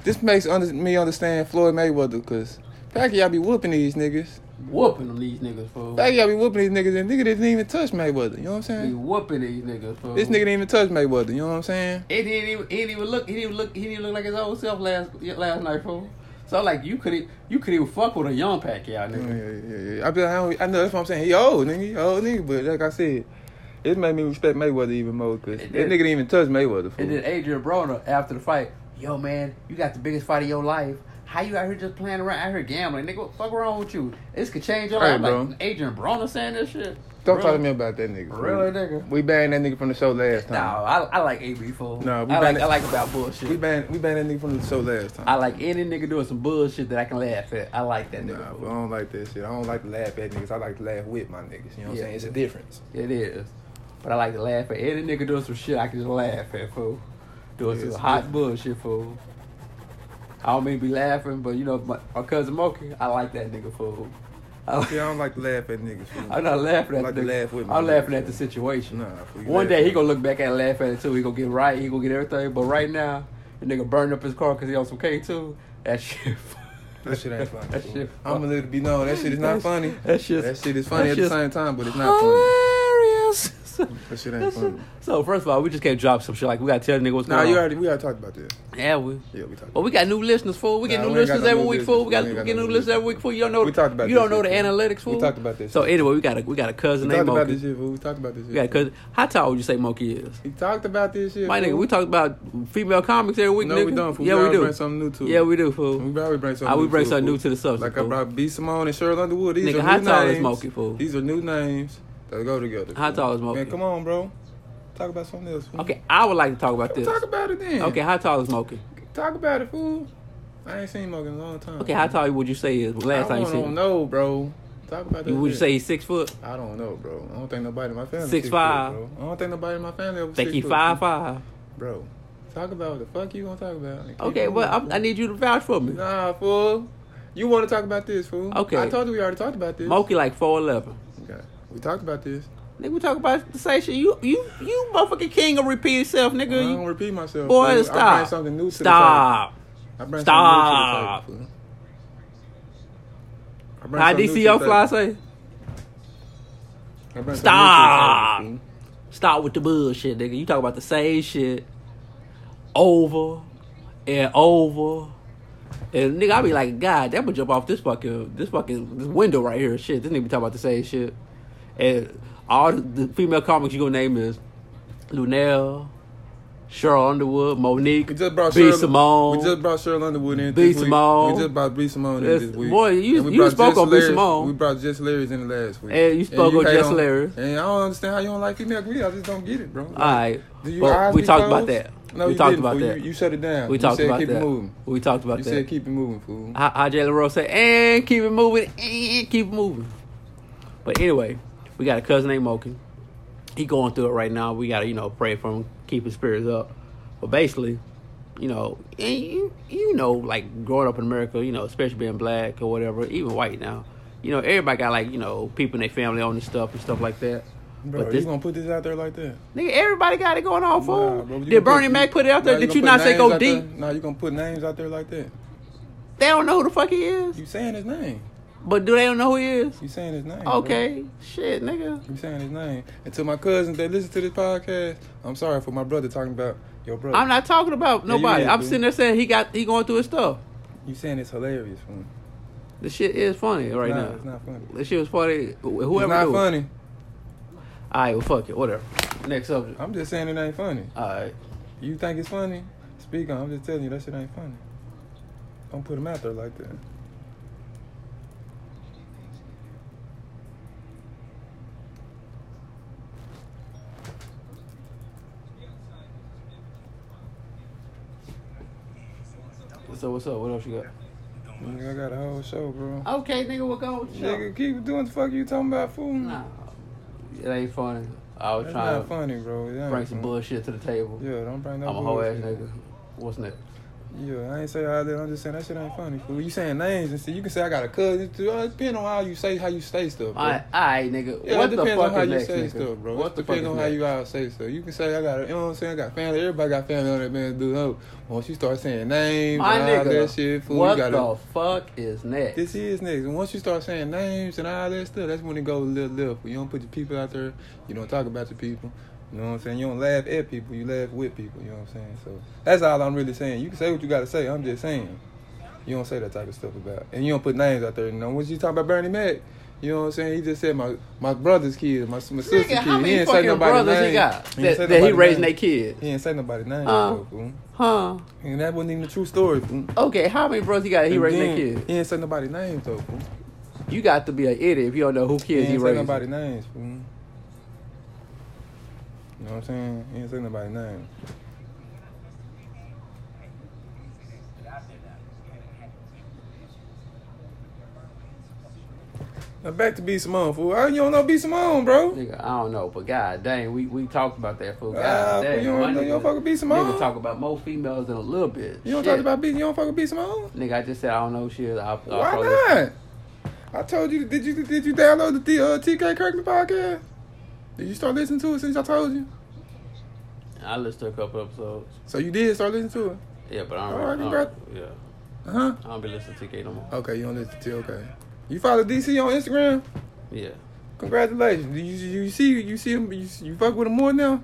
S3: This makes under, me understand Floyd Mayweather because Pacquiao be whooping these niggas.
S2: Whooping them these niggas, fool.
S3: Pacquiao be whooping these niggas, and nigga didn't even touch Mayweather. You know what I'm
S2: He
S3: saying?
S2: whooping these niggas, fool.
S3: This nigga didn't even touch Mayweather. You know what I'm saying?
S2: He didn't even he didn't even look he didn't even look he didn't even look like his old self last last night, fool. So like you could you could even fuck with a young Pacquiao
S3: Yeah,
S2: nigga.
S3: yeah, yeah, yeah. I, be, I, don't, I know that's what I'm saying. He old, nigga. He old, nigga. But like I said, it made me respect Mayweather even more because that
S2: It
S3: nigga
S2: did.
S3: didn't even touch Mayweather. Fool.
S2: And then Adrian Broner after the fight, yo man, you got the biggest fight of your life. How you out here just playing around out here gambling? Nigga, what the fuck wrong with you? This could change your
S3: Hey,
S2: life.
S3: bro.
S2: Like Adrian Broner saying this shit.
S3: Don't
S2: Really?
S3: talk to me about that nigga. fool.
S2: Really, nigga?
S3: We banned that nigga from the show last
S2: No,
S3: time.
S2: I, I like AB fool.
S3: Nah, we
S2: I like
S3: been-
S2: I like about
S3: We
S2: bullshit.
S3: banned we banned that nigga from the show last time.
S2: I like any nigga doing some bullshit that I can laugh at. I like that nigga.
S3: Nah,
S2: fool.
S3: fool, I don't like that shit. I don't like to laugh at niggas. I like to laugh with my niggas. You know what I'm
S2: Yeah.
S3: saying? It's a difference.
S2: It is. But I like to laugh at any nigga doing some shit I can just laugh at, fool. Doing
S3: Yes,
S2: some hot bullshit, fool. I don't mean to be laughing, but you know, my, my cousin Moki, I like that nigga, fool. I,
S3: See, I don't like to laugh at niggas. Fool.
S2: am not laughing at
S3: Like
S2: the
S3: to
S2: nigga.
S3: laugh with my
S2: I'm laughing
S3: niggas,
S2: at the situation.
S3: Nah, fool, you
S2: One
S3: laugh
S2: day he
S3: with-
S2: gonna look back and laugh at it too. He gonna get right. He gonna get everything. But right now, the nigga burned up his car because he on some K2. That shit.
S3: That shit ain't funny.
S2: That
S3: fool.
S2: shit
S3: I'm gonna let it be known. That shit is not funny.
S2: That shit.
S3: That shit is funny
S2: that
S3: at the
S2: shit's
S3: same time, but it's not funny.
S2: Hilarious.
S3: That shit ain't funny.
S2: So first of all, we just can't drop some shit. Like we gotta tell the nigga what's
S3: Nah,
S2: going
S3: you
S2: on.
S3: already we already talked about this.
S2: Yeah, we.
S3: Yeah, we talked.
S2: Well, we got new listeners, fool. We get
S3: Nah,
S2: new
S3: we ain't got
S2: listeners
S3: no
S2: every
S3: new
S2: week, fool.
S3: listeners.
S2: We got,
S3: We ain't
S2: we
S3: got
S2: get
S3: no
S2: new
S3: new
S2: listeners every
S3: listeners.
S2: week, fool. You don't know.
S3: We talked about
S2: You
S3: this
S2: don't know the
S3: shit, fool.
S2: analytics, fool.
S3: We talked about this
S2: So
S3: shit.
S2: anyway, we got a we got a cousin
S3: We
S2: named
S3: talked about this
S2: Moki.
S3: shit, fool. We talked about this shit.
S2: We got a cousin. How tall would you say Moki is?
S3: He talked about this shit.
S2: My
S3: fool.
S2: nigga, we talk about female comics every week.
S3: No,
S2: nigga.
S3: we don't. Fool.
S2: Yeah,
S3: we,
S2: we
S3: always
S2: do.
S3: Bring something new to. it.
S2: Yeah, we do, fool.
S3: We always bring something.
S2: I would
S3: new
S2: bring
S3: to it,
S2: something
S3: fool.
S2: new to the subject,
S3: Like
S2: fool.
S3: I brought B Simone and Cheryl Underwood. These
S2: Nigga,
S3: are
S2: how
S3: new
S2: tall is
S3: names.
S2: Smokey, fool?
S3: These are new names that go together.
S2: How
S3: fool.
S2: tall is Smokey?
S3: Man, come on, bro. Talk about something else. Fool.
S2: Okay, I would like to talk about this.
S3: Talk about it then.
S2: Okay, how tall is Moki?
S3: Talk about it, fool. I ain't seen Mogan in a long time.
S2: Okay, how tall would you say is last
S3: I
S2: time you seen?
S3: don't
S2: him?
S3: know, bro. Talk about that.
S2: You- Would you
S3: shit.
S2: say he's six foot?
S3: I don't know, bro. I don't think nobody in my family.
S2: Six
S3: foot,
S2: five.
S3: bro. I don't think nobody in my family over
S2: Think
S3: six
S2: he
S3: foot,
S2: five
S3: fool.
S2: five?
S3: Bro, talk about what the fuck you gonna talk about. Keep
S2: Okay,
S3: moving,
S2: well I'm,
S3: fool.
S2: I need you to vouch for me.
S3: Nah, fool. You want to talk about this, fool?
S2: Okay.
S3: I told you we already talked about this.
S2: Moki like four eleven.
S3: Okay. We talked about this.
S2: Nigga, we talk about the same shit. You, you, you, motherfucking king of repeat yourself,
S3: I don't
S2: nigga. You-
S3: repeat myself. fool.
S2: Boy,
S3: I bring
S2: stop.
S3: something new to
S2: Stop.
S3: the table. I bring
S2: Stop.
S3: something new to the table, fool. I bring
S2: How
S3: something new to
S2: DCO
S3: the
S2: fly
S3: table.
S2: say?
S3: I bring something new to the
S2: Stop.
S3: table, fool.
S2: Stop with the bullshit, nigga. You talk about the same shit over and over. And nigga, I be like, God, that would jump off this fucking this fucking this window right here. Shit, this nigga be talking about the same shit. And all the, the female comics you gonna name is Lunel, Cheryl Underwood, Monique,
S3: We just brought
S2: B.
S3: Cheryl,
S2: Simone.
S3: We just brought Cheryl Underwood in.
S2: B.
S3: this week.
S2: Simone.
S3: We just brought B. Simone in
S2: Yes,
S3: this week.
S2: boy, you-
S3: And we
S2: you
S3: brought
S2: spoke
S3: Jess
S2: on B.
S3: Larry's-
S2: Simone.
S3: We brought Jess Larry's in the last week.
S2: And you spoke on
S3: hate
S2: Jess Larry's.
S3: And I don't understand how you don't like female comedians. I just don't get it, bro.
S2: all right,
S3: Do you
S2: Well,
S3: eyes
S2: Uh, we
S3: be
S2: talked about
S3: closed?
S2: that.
S3: No,
S2: we
S3: you
S2: talked
S3: didn't,
S2: about
S3: fool.
S2: that.
S3: You, you shut it down.
S2: we
S3: you
S2: talked
S3: said
S2: about
S3: keep
S2: that.
S3: it moving.
S2: We talked about
S3: You
S2: that.
S3: said keep it moving, fool.
S2: how, how Jalen Rose said, and keep it moving, and keep it moving. But anyway, we got a cousin named Moken. he going through it right now. We gotta, you know, pray for him, keep his spirits up. But basically, you know, and you you know, like growing up in America, you know, especially being black or whatever, even white now, you know, everybody got like you know people in their family on this stuff and stuff like that.
S3: Bro,
S2: but
S3: you
S2: this
S3: gonna put this out there like that?
S2: nigga, everybody got it going on,
S3: Nah,
S2: fool.
S3: bro, you
S2: Did
S3: gonna
S2: Bernie
S3: put-
S2: Mac put it out there?
S3: Nah, you
S2: Did you
S3: gonna
S2: not
S3: put
S2: say
S3: names
S2: go
S3: out there?
S2: deep?
S3: Nah, you gonna put names out there like that?
S2: They don't know who the fuck he is,
S3: You saying his name?
S2: but do they don't know who he is?
S3: You saying his name? bro.
S2: Okay, shit, nigga.
S3: You saying his name? And to my cousins that listen to this podcast, I'm sorry for my brother talking about your brother.
S2: I'm not talking about
S3: Yeah, you
S2: nobody.
S3: is,
S2: I'm
S3: dude.
S2: sitting there saying he got he going through his stuff.
S3: You saying it's hilarious? For me.
S2: The shit is funny right
S3: nah,
S2: now.
S3: it's not funny.
S2: That shit was funny. Wh- Whoever
S3: it's not
S2: knew.
S3: funny.
S2: All right, well, fuck it. Whatever. Next subject.
S3: I'm just saying it ain't funny.
S2: All right.
S3: You think it's funny? Speak on. I'm just telling you that shit ain't funny. Don't put him out there like that.
S2: So what's up? What else you
S3: Nigga, I got a whole show, bro.
S2: got? Okay, nigga, we're going with the show.
S3: Nigga, keep doing the fuck you talking about, fool.
S2: Nah, it ain't funny. I was
S3: That's
S2: trying
S3: not
S2: to
S3: funny, bro. It ain't
S2: bring some
S3: funny.
S2: bullshit to the table.
S3: Yeah, don't bring no
S2: I'm a whole ass
S3: bullshit.
S2: nigga. What's next?
S3: Yeah, I ain't say all that. I'm just saying that shit ain't funny. Fool. You saying names and see, you can say I got a cousin. Too. Uh, It depends on how you say how you say stuff. Bro.
S2: All right, all right nigga.
S3: Yeah,
S2: what
S3: it
S2: the
S3: depends
S2: fuck
S3: on how
S2: is
S3: you
S2: next,
S3: say
S2: nigga?
S3: stuff, bro.
S2: What
S3: What
S2: the
S3: it
S2: fuck is
S3: depends on how
S2: next?
S3: you how say stuff. You can say I got, a, you know what I'm saying? I got family. Everybody got family on that man. Dude, oh, once you start saying names
S2: My
S3: and all that shit,
S2: nigga,
S3: fool,
S2: what
S3: you gotta.
S2: the fuck is next?
S3: This is next. And once you start saying names and all that stuff, that's when it goes a little left. You don't put your people out there. You don't talk about your people. You know what I'm saying? You don't laugh at people. You laugh with people. You know what I'm saying? So that's all I'm really saying. You can say what you got to say. I'm just saying. You don't say that type of stuff about. And you don't put names out there. You know, once you talk about Bernie Mac, you know what I'm saying? He just said my my brother's kid, my, my sister's
S2: nigga,
S3: kid.
S2: how
S3: he
S2: many
S3: didn't say
S2: fucking
S3: nobody's
S2: brothers
S3: name.
S2: he got
S3: He
S2: that,
S3: didn't say
S2: that he
S3: nobody's
S2: raising their
S3: name.
S2: kids?
S3: He didn't say nobody's name.
S2: Uh.
S3: though, fool.
S2: Huh?
S3: and that wasn't even a true story. Fool.
S2: Okay, how many brothers he got that he
S3: And
S2: raising
S3: then,
S2: their kids?
S3: He didn't say nobody's name though. Fool.
S2: You got to be an idiot if you don't know who kids
S3: he
S2: he
S3: ain't say
S2: raised.
S3: nobody names, fool. You know what I'm saying? He ain't say nobody name. Now back to B Simone, fool. I you don't know B Simone, bro.
S2: Nigga, I don't know, but god dang, we, we talked about that fool. God
S3: Ah,
S2: dang,
S3: fool, you don't
S2: my
S3: know
S2: nigga-
S3: your fucking B Simone?
S2: Nigga talk about more females than a little bit.
S3: You don't
S2: Shit.
S3: talk about B. You don't fuck with B Simone.
S2: Nigga, I just said I don't know shit. I, I
S3: Why
S2: probably-
S3: not? I told you. Did you did you download the uh, TK Kirkland podcast? Did you start listening to it since I told you?
S2: I listened to a couple episodes.
S3: So you did start listening to it, Uh-huh.
S2: Yeah, but I
S3: All
S2: don't.
S3: right,
S2: Really, I
S3: congrats.
S2: don't yeah,
S3: huh?
S2: I don't be listening to K no more.
S3: Okay, you don't listen to okay. You follow DC on Instagram?
S2: Yeah,
S3: Congratulations. Do You, you see you see him you, you fuck with him more now?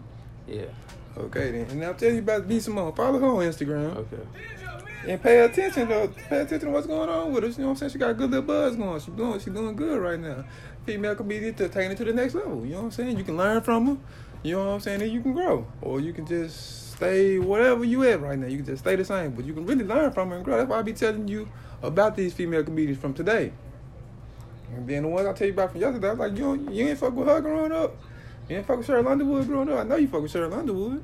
S2: yeah.
S3: Okay then. And I'll tell you about B Simone. Follow her on Instagram.
S2: Okay.
S3: And pay attention though. Pay attention to what's going on with her. You know what I'm saying? She got a good little buzz going. She doing she doing good right now. Female comedian to taking it to the next level. You know what I'm saying? You can learn from her. You know what I'm saying? And you can grow. Or you can just stay whatever you at right now. You can just stay the same. But you can really learn from her and grow. That's why I be telling you about these female comedians from today. And then the ones I tell you about from yesterday, I was like, you don't, you ain't fuck with her growing up. You ain't fuck with Cheryl Underwood growing up. I know you fuck with Cheryl Underwood.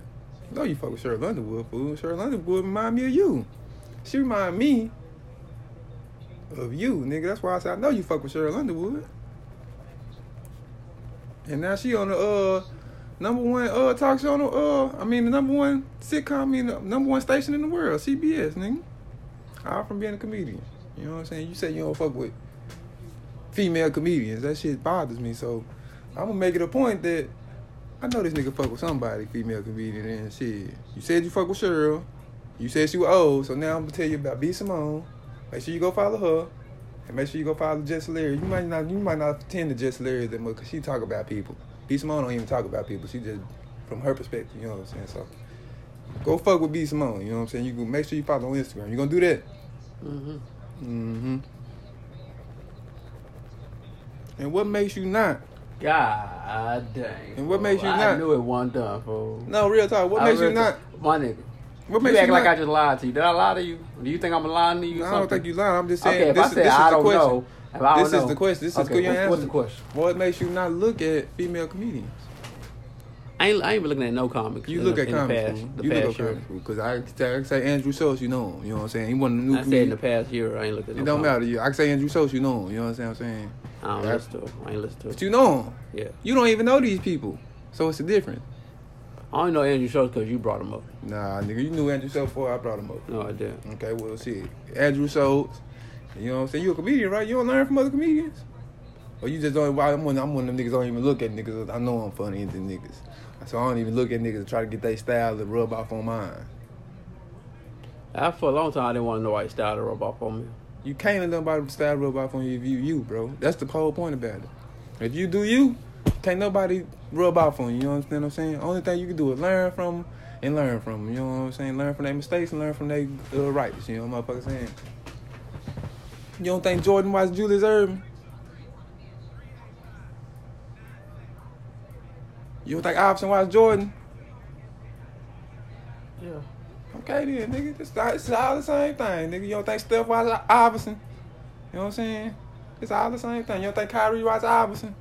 S3: I know you fuck with Cheryl Underwood, fool. Cheryl Underwood remind me of you. She remind me of you, nigga. That's why I said I know you fuck with Cheryl Underwood. And now she on the uh number one uh talk show on the uh I mean the number one sitcom, I mean the number one station in the world, CBS, nigga. All from being a comedian. You know what I'm saying? You say you don't fuck with female comedians. That shit bothers me. So I'm gonna make it a point that I know this nigga fuck with somebody, female comedian and shit. You said you fuck with Cheryl. You said she was old, so now I'm gonna tell you about B Simone. Make sure you go follow her, and make sure you go follow Jess Larry. You might not, you might not attend to Jess Larry that much because she talk about people. B Simone don't even talk about people. She just from her perspective. You know what I'm saying? So go fuck with B Simone. You know what I'm saying? You can make sure you follow on Instagram. You gonna do that?
S2: Mhm.
S3: Mm-hmm. And what makes you not?
S2: God dang.
S3: And what
S2: fool.
S3: makes you
S2: I
S3: not-
S2: knew it wasn't done, fool.
S3: No, real talk. What
S2: I
S3: makes you
S2: really-
S3: not?
S2: My nigga.
S3: What
S2: You
S3: makes you,
S2: act like I
S3: not?
S2: just lied to you. Did I lie to you? Do you think I'm lying to you? or
S3: I don't
S2: something?
S3: think you lying. I'm just saying.
S2: okay, if
S3: this,
S2: I
S3: is-
S2: said
S3: this is
S2: I
S3: the
S2: don't
S3: question.
S2: know, if I don't
S3: This
S2: know,
S3: is the question. This is
S2: okay,
S3: good your
S2: what's,
S3: answer.
S2: what's the question?
S3: What makes you not look at female comedians?
S2: I ain't, I ain't been looking at no comics.
S3: You
S2: in
S3: look
S2: the,
S3: at
S2: in the
S3: comics.
S2: past,
S3: fool.
S2: the
S3: you
S2: past
S3: look at
S2: year.
S3: comics because I, can say- I can say Andrew Schultz. You know him. You know what I'm saying. He wasn't a new
S2: I said in
S3: comedian.
S2: the past year, I ain't looking.
S3: it don't matter. You, I can say Andrew Schultz. You know him. You know what I'm saying. I'm saying.
S2: I don't
S3: Yeah.
S2: listen to. 'em. I ain't listen to.
S3: But
S2: 'em.
S3: you know him.
S2: Yeah.
S3: You don't even know these people. So what's the difference?
S2: I only know Andrew Schultz because you brought him up.
S3: Nah, nigga, you knew Andrew Schultz before I brought him up.
S2: No, I didn't.
S3: Okay, well, shit. Andrew Schultz. You know what I'm saying? You a comedian, right? You don't learn from other comedians. Or you just don't. why- I'm one, I'm one of them niggas. Don't even look at niggas. I know I'm funny into niggas, so I don't even look at niggas to try to get their style to rub off on mine.
S2: I, for a long time, I didn't want to know white style to rub off on me.
S3: You can't let nobody style rub off on you if you you, bro. That's the whole point about it. If you do you, can't nobody rub off on you. You know what I'm saying? Only thing you can do is learn from 'em and learn from 'em, You know what I'm saying? Learn from their mistakes and learn from their uh, rights. You know what I'm motherfucking saying? You don't think Jordan watched Julius Erving? You don't think Option watched Jordan?
S2: Yeah.
S3: Okay then, nigga. It's, all- it's all the same thing, nigga. You don't think Steph watch Iverson? You know what I'm saying? It's all the same thing. You don't think Kyrie watch Iverson?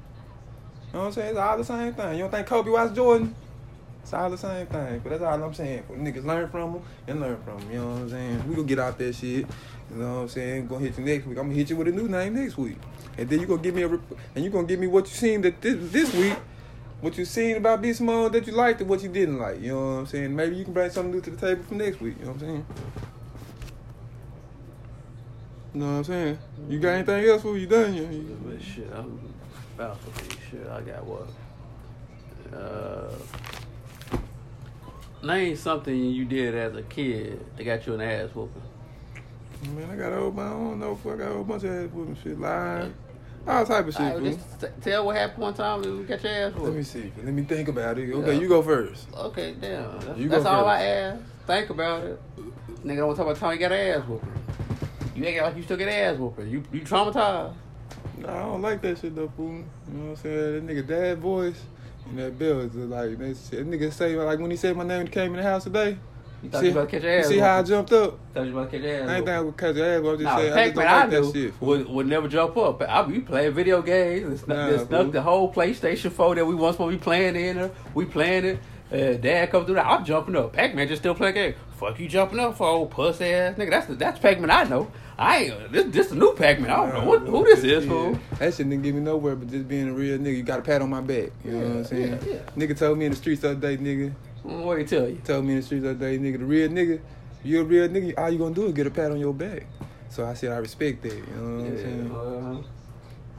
S3: You know what I'm saying? It's all the same thing. You don't think Kobe watch Jordan? It's all the same thing. But that's all I'm saying. Niggas learn from them and learn from them. You know what I'm saying? We gonna get out that shit. You know what I'm saying? Gonna hit you next week. I'm gonna hit you with a new name next week, and then you gonna give me a rep- and you gonna give me what you seen that this, this week, what you seen about B Simone that you liked and what you didn't like. You know what I'm saying? Maybe you can bring something new to the table from next week. You know what I'm saying? You know what I'm saying? You got anything else? What you done? You- you-
S2: But shit, I'm about to be shit. I got what? Uh, name something you did as a kid that got you an ass whooping.
S3: Man, I got a whole bunch. I don't know. Fuck, I got a whole bunch of ass whooping shit, lying, all type of shit.
S2: Alright,
S3: boo.
S2: just t- tell what happened one time and we got your ass
S3: Let me
S2: whooped.
S3: see. Let me think about it. Okay,
S2: Yeah.
S3: you go first.
S2: Okay, damn. That's,
S3: You go
S2: that's all
S3: first.
S2: I asked. Think about it. Nigga, don't talk about time you got an ass whooping. You ain't like you still get ass whooping. You you traumatized.
S3: Nah, I don't like that shit though, fool. You know what I'm saying? That nigga dad voice and that bill is just like that, shit. that nigga say like when he said my name and came in the house today.
S2: You thought you about to catch your ass
S3: you see how I
S2: whooping.
S3: jumped up?
S2: Thought you about to catch your ass
S3: I
S2: whooping.
S3: ain't think I would cut your ass, but I'm just
S2: Nah,
S3: saying I just
S2: Pac
S3: don't
S2: Man, I
S3: like
S2: knew
S3: that shit. fool.
S2: would, would never jump up. I we playing video games and snuck,
S3: Nah,
S2: and snuck
S3: fool.
S2: the whole PlayStation 4 that we once supposed to be playing in. uh, We playing it. Uh, Dad come through that. I'm jumping up. Pac Man just still playing game. Fuck you jumping up for old puss ass nigga. That's the, that's Pac Man I know. I ain't this this the new Pac Man. I don't know what, who this is
S3: Yeah.
S2: fool.
S3: That shit didn't get me nowhere, but just being a real nigga, you got a pat on my back. You know what I'm saying?
S2: yeah,
S3: Nigga told me in the streets the other day, nigga.
S2: What he tell you?
S3: told me in the streets the other day, nigga, the real nigga, you a real nigga, all you gonna do is get a pat on your back. So I said, I respect that. You know what I'm saying?
S2: Uh,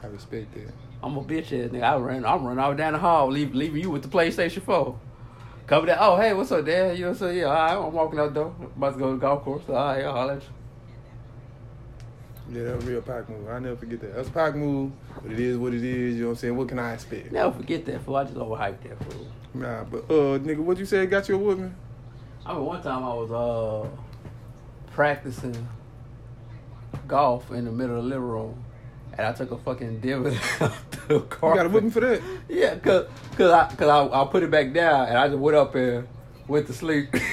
S3: I respect that.
S2: I'm a bitch ass nigga. I ran I'm running all down the hall, leave, leaving you with the PlayStation 4. Cover that. Oh, hey, what's up, Dad? You know what I'm saying? Yeah, all right, I'm walking out the door. About to go to the golf course. All right, I'll holler at you.
S3: Yeah, that was a real Pac move. I never forget that. That's a Pac move, but it is what it is. You know what I'm saying? What can I expect?
S2: Never forget that fool. I just overhyped that fool.
S3: Nah, but uh, nigga, what you said got you a woman?
S2: I mean, one time I was uh practicing golf in the middle of the living room, and I took a fucking divot out the
S3: You
S2: car.
S3: got a whooping for that?
S2: Yeah, cause, cause I, cause I, I put it back down, and I just went up and went to sleep.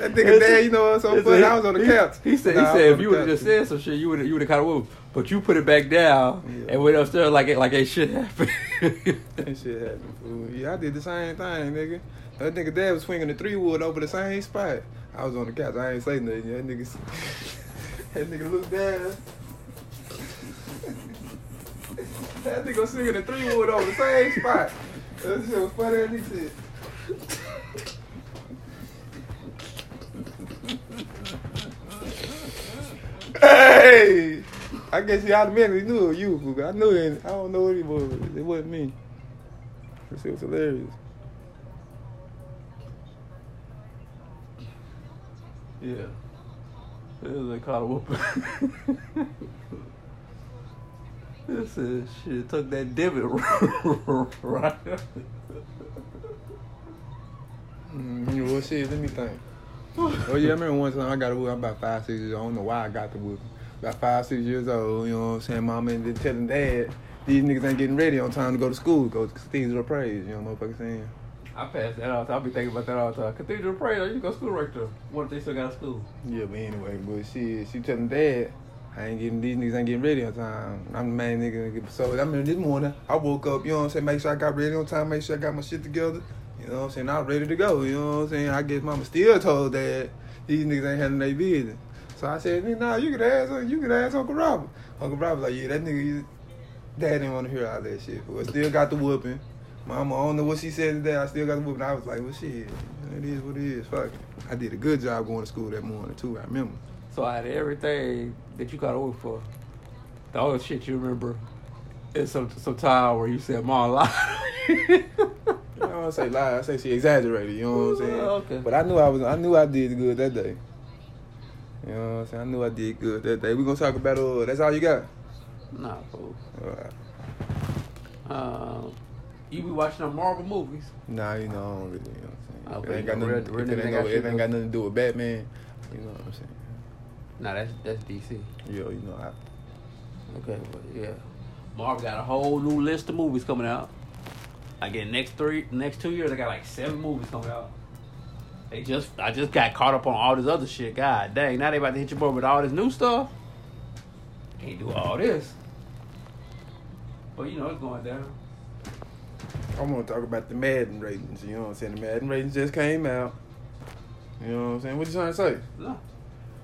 S3: That nigga dad, you know what's so funny? I was on the
S2: He-
S3: couch.
S2: He said,
S3: Nah,
S2: he
S3: I was
S2: said,
S3: on
S2: if
S3: the
S2: you would have
S3: couch.
S2: just said some shit, you would have, you would have kind of moved. But you put it back down
S3: Yeah.
S2: and went upstairs like it, like ain't shit happened.
S3: That shit happened, fool. Yeah, I did the same thing, nigga. That nigga dad was swinging the three wood over the same spot. I was on the couch. I ain't say nothing. That nigga, that nigga looked down. that nigga was swinging the three wood over the same spot. That shit was funny. That nigga said. Hey! I guess he automatically knew it was you, fool. I knew it. I don't know what it was. It wasn't me. That shit was hilarious.
S2: Yeah. This is a caught a whooping. this is shit. Took that divot right.
S3: Mm, yeah, well, shit, let me think. oh, yeah, I remember one time I got a whoop. I'm about five, six years old. I don't know why I got the whoop. About five, six years old, you know what I'm saying? Mom and then telling dad, these niggas ain't getting ready on time to go to school, go to Cathedral of Praise, you know what I'm motherfucking saying?
S2: I pass that out. I'll be thinking about that all the time. Cathedral of Prayer, you go to school right there. What if they still got school?
S3: Yeah, but anyway, but shit, she telling dad, I ain't getting these niggas ain't getting ready on time. I'm the main nigga. So I remember this morning, I woke up, you know what I'm saying, make sure I got ready on time, make sure I got my shit together. You know what I'm saying? I was ready to go, you know what I'm saying? I guess mama still told dad these niggas ain't handling their business. So I said, nigga, nah, you could ask you could ask Uncle Robert. Uncle Robert like, yeah, that nigga Dad didn't want to hear all that shit, but I still got the whooping. Mama, I don't know what she said today. I still got the whooping. I was like, well, shit, it is what it is. Fuck it. I did a good job going to school that morning, too. I remember.
S2: So out of everything that you got over for, the only shit you remember is some some time where you said mom lie.
S3: I don't wanna say lie. I say she exaggerated. You know what I'm saying?
S2: Okay.
S3: But I knew I was. I knew I did good that day. You know what I'm saying? I knew I did good that day. We gonna talk about. Uh, that's all you got. Uh,
S2: nah, fool.
S3: Alright.
S2: Um, you be watching the Marvel movies.
S3: Nah, you know, I don't really, you know what
S2: I
S3: I'm saying?
S2: think
S3: It ain't got
S2: the
S3: nothing,
S2: real- the real
S3: if it
S2: nigga
S3: ain't, no,
S2: got
S3: it
S2: shit
S3: ain't got nothing to do with Batman. You know what I'm saying?
S2: Nah, that's that's DC.
S3: Yo, you know, I,
S2: Okay, but yeah, Marvel got a whole new list of movies coming out. I get next three, next two years, I got like seven movies coming out. They just, I just got caught up on all this other shit. God dang, now they about to hit you boy with all this new stuff. Can't do all this. But you know it's going down.
S3: I want to talk about the Madden ratings. You know what I'm saying? The Madden ratings just came out. You know what I'm saying? What you trying to say?
S2: No.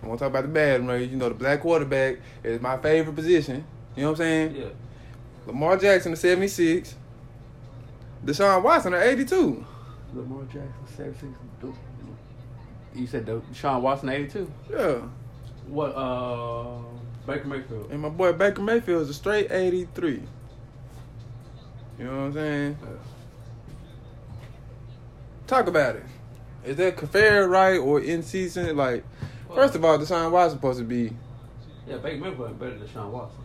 S3: I want to talk about the Madden ratings. You know, the black quarterback is my favorite position. You know what I'm saying?
S2: Yeah.
S3: Lamar Jackson is 76. Deshaun Watson at 82.
S2: Lamar Jackson, seventy-six. You said the Sean Watson, eighty-two.
S3: Yeah.
S2: What? Uh, Baker Mayfield.
S3: And my boy Baker Mayfield is a straight 83. You know what I'm saying?
S2: Yeah.
S3: Talk about it. Is that fair, right, or in season? Like, first of all, Deshaun Watson supposed to be,
S2: Yeah, Baker Mayfield ain't better than Sean Watson.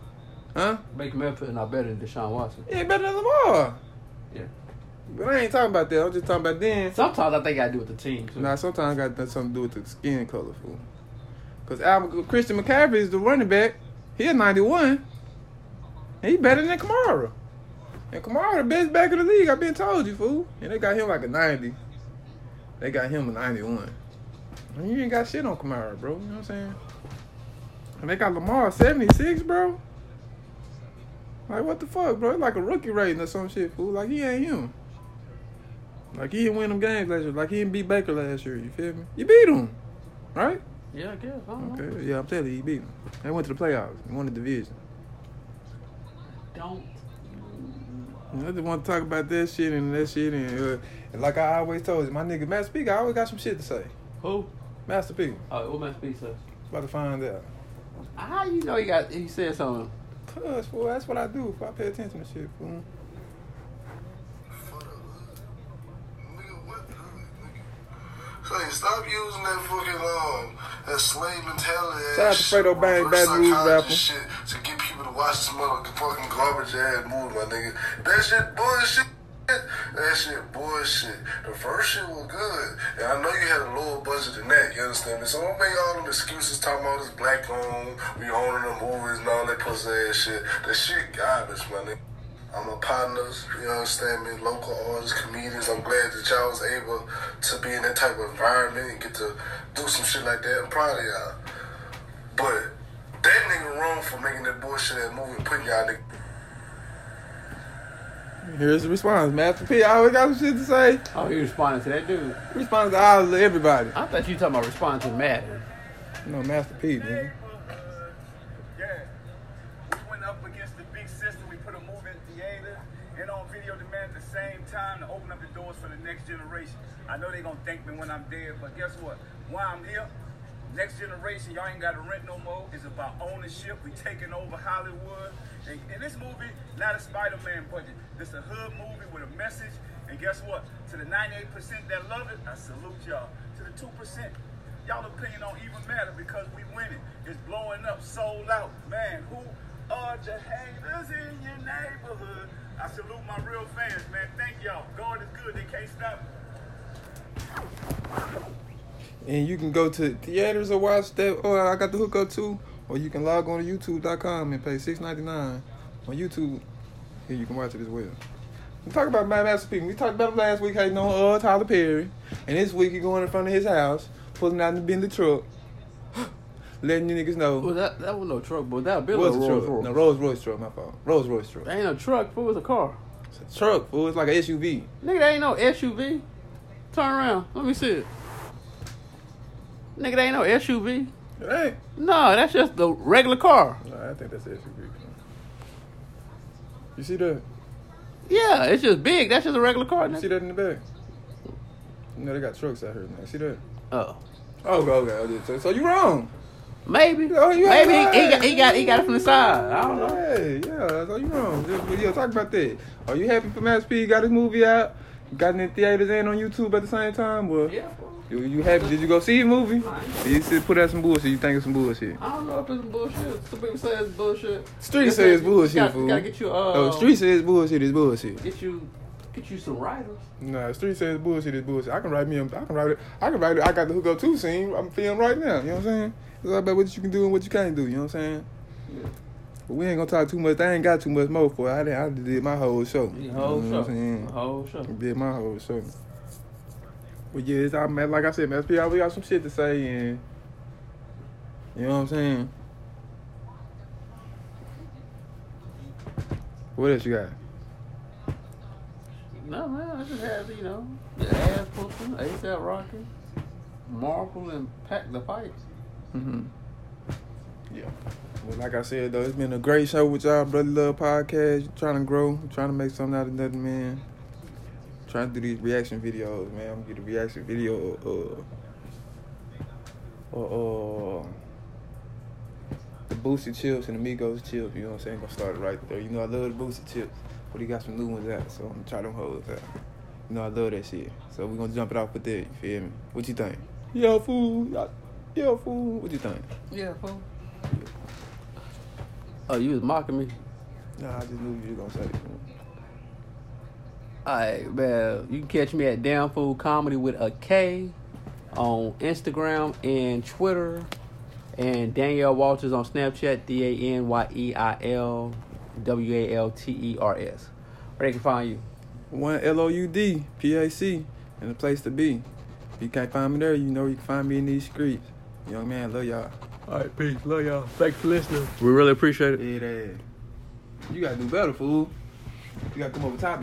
S3: huh?
S2: Baker Mayfield not better than Deshaun Watson.
S3: He ain't better than Lamar.
S2: Yeah.
S3: But I ain't talking about that. I'm just talking about then.
S2: Sometimes I think I do with the team. Too.
S3: Nah, sometimes got that something to do with the skin color, fool. Cause Al- Christian McCaffrey is the running back. He a 91. He better than Kamara. And Kamara the best back of the league. I've been told you, fool. And they got him like a 90. They got him a 91. And you ain't got shit on Kamara, bro. You know what I'm saying? And they got Lamar at 76, bro. Like what the fuck, bro? It's like a rookie rating or some shit, fool. Like he ain't him. Like he didn't win them games last year. Like he didn't beat Baker last year. You feel me? You beat him, right?
S2: Yeah, I guess. I don't know.
S3: Okay. Yeah, I'm telling you, you beat him. They went to the playoffs. They won the division.
S2: Don't.
S3: And I just want to talk about that shit and that shit and, uh, and like I always told you, my nigga Master P, I always got some shit to say.
S2: Who?
S3: Master P,
S2: Oh, what must be so?
S3: about to find out.
S2: How Ah, you know he got? He said something.
S3: Cause fool, that's what I do. If I pay attention to shit, fool.
S1: So you stop using that fucking um that slave mentality.
S3: Shout out to
S1: ass
S3: Fredo
S1: shit,
S3: Bang,
S1: reverse
S3: Baton Rouge
S1: psychology
S3: rapper.
S1: Shit to get people to watch some motherfucking garbage ass movie, my nigga. That shit bullshit. That shit bullshit. The first shit was good, and I know you had a lower budget than that. You understand me? So don't make all them excuses talking about this black owned, we owning the movies and all that pussy ass shit. That shit garbage, my nigga. I'm a partners, you understand me, local artists, comedians. I'm glad that y'all was able to be in that type of environment and get to do some shit like that. I'm proud of y'all. But that nigga wrong for making that bullshit that movie and putting y'all nigga.
S3: Here's the response, Master P. I always got some shit to say.
S2: Oh, he responded to that dude.
S3: Response to all of everybody.
S2: I thought you talking about responding to Madden.
S3: No, Master P, nigga.
S5: uh, Yeah. We went up against the big system. We put a movie in theater and on video demand at the same time to open up the doors for the next generation. I know they're going to thank me when I'm dead, but guess what? While I'm here, next generation, y'all ain't got to rent no more. It's about ownership. We taking over Hollywood. And, and this movie, not a Spider-Man budget. This a hood movie with a message. And guess what? To the 98% that love it, I salute y'all. To the 2%, Y'all opinion don't even matter because we winning. It's blowing up, sold out. Man, who are the haters in your neighborhood? I salute my real fans, man. Thank y'all. God is good. They can't stop me.
S3: And you can go to theaters or watch that. Or I got the hookup too. Or you can log on to YouTube.com and pay six ninety nine on YouTube. Here you can watch it as well. We talk about my master people. We talked about it last week. How you know uh, Tyler Perry, and this week he going in front of his house, pulling out in the Bentley truck, letting you niggas
S2: Well,
S3: know.
S2: that that was no truck, but that was a
S3: What's the
S2: Rolls
S3: truck?
S2: Royce.
S3: No, Rolls Royce truck. My fault. Rolls Royce truck.
S2: That ain't no truck. Fool, it was a car.
S3: It's a truck. Fool. It's like an SUV.
S2: Nigga, that ain't no SUV. Turn around. Let me see it. Nigga, that ain't no SUV.
S3: It ain't.
S2: No, that's just the regular car.
S3: No, I think that's SUV. You see that?
S2: Yeah, it's just big. That's just a regular car.
S3: You see
S2: nigga.
S3: that in the back? You know they got trucks out here, man. See that?
S2: Oh,
S3: Oh, okay, okay. I did. So, so you wrong.
S2: maybe.
S3: Oh, you
S2: maybe he,
S3: right.
S2: he got, he got he got it from the side. I don't know.
S3: Hey, yeah, so you wrong. Just- but, Yeah, talk about that. Are you happy for Master P? Got his movie out. Got it in theaters and on YouTube at the same time. Well,
S2: Yeah, bro.
S3: you, you happy? Did you go see the movie? You said put out some bullshit. You think it's some bullshit?
S2: I don't know if it's bullshit. Some people say it's bullshit.
S3: Street
S2: Just
S3: says
S2: that-
S3: bullshit,
S2: you gotta,
S3: fool.
S2: You gotta get you. Uh,
S3: Oh, street says bullshit is bullshit.
S2: Get you, get you some writers.
S3: Nah, street says bullshit is bullshit. I can write me. a- I can write it. I can write it. I got the hook up two scene. I'm filming right now. You know what I'm saying? It's all about what you can do and what you can't do. You know what I'm saying?
S2: Yeah.
S3: But we ain't gonna talk too much. I ain't got too much more for it. I did. I did my whole show.
S2: The whole
S3: you know
S2: show. Uh-huh.
S3: What I'm saying?
S2: The whole show.
S3: Did my whole show. But yeah, it's, I, man, like I said, man, SP, we got some shit to say, and you know what I'm saying. What else you got?
S2: No man, I just had you know the ass whooping, ASAP Rocky, Marvel, and Pack the Fight.
S3: Mm-hmm. Yeah. Well, like I said though, it's been a great show with y'all, brother. Love podcast. Trying to grow, trying to make something out of nothing, man. Trying to do these reaction videos, man. I'm gonna get a reaction video. Uh, uh, uh, the Boosie chips and the Migos chips. You know what I'm saying? Gonna start it right there. You know I love the Boosie chips, but he got some new ones out, so I'm gonna try them hoes out. You know I love that shit, so we are gonna jump it off with that. You feel me? What you think? Yo, fool. Y'all- Yo, fool. What you think?
S2: Yeah, fool. Oh, you was mocking me.
S3: Nah, I just knew you was gonna say.
S2: Alright, man. You can catch me at Down Food Comedy with a K on Instagram and Twitter. And Danielle Walters on Snapchat, D A N Y E I L W A L T E R S. Where they can find you.
S3: One L O U D P A C and a place to be. If you can't find me there, you know where you can find me in these streets. Young man, love y'all.
S6: All right, peace. Love y'all. Thanks for listening. We really appreciate it.
S3: Yeah, You gotta do better, fool. You gotta come up with topics.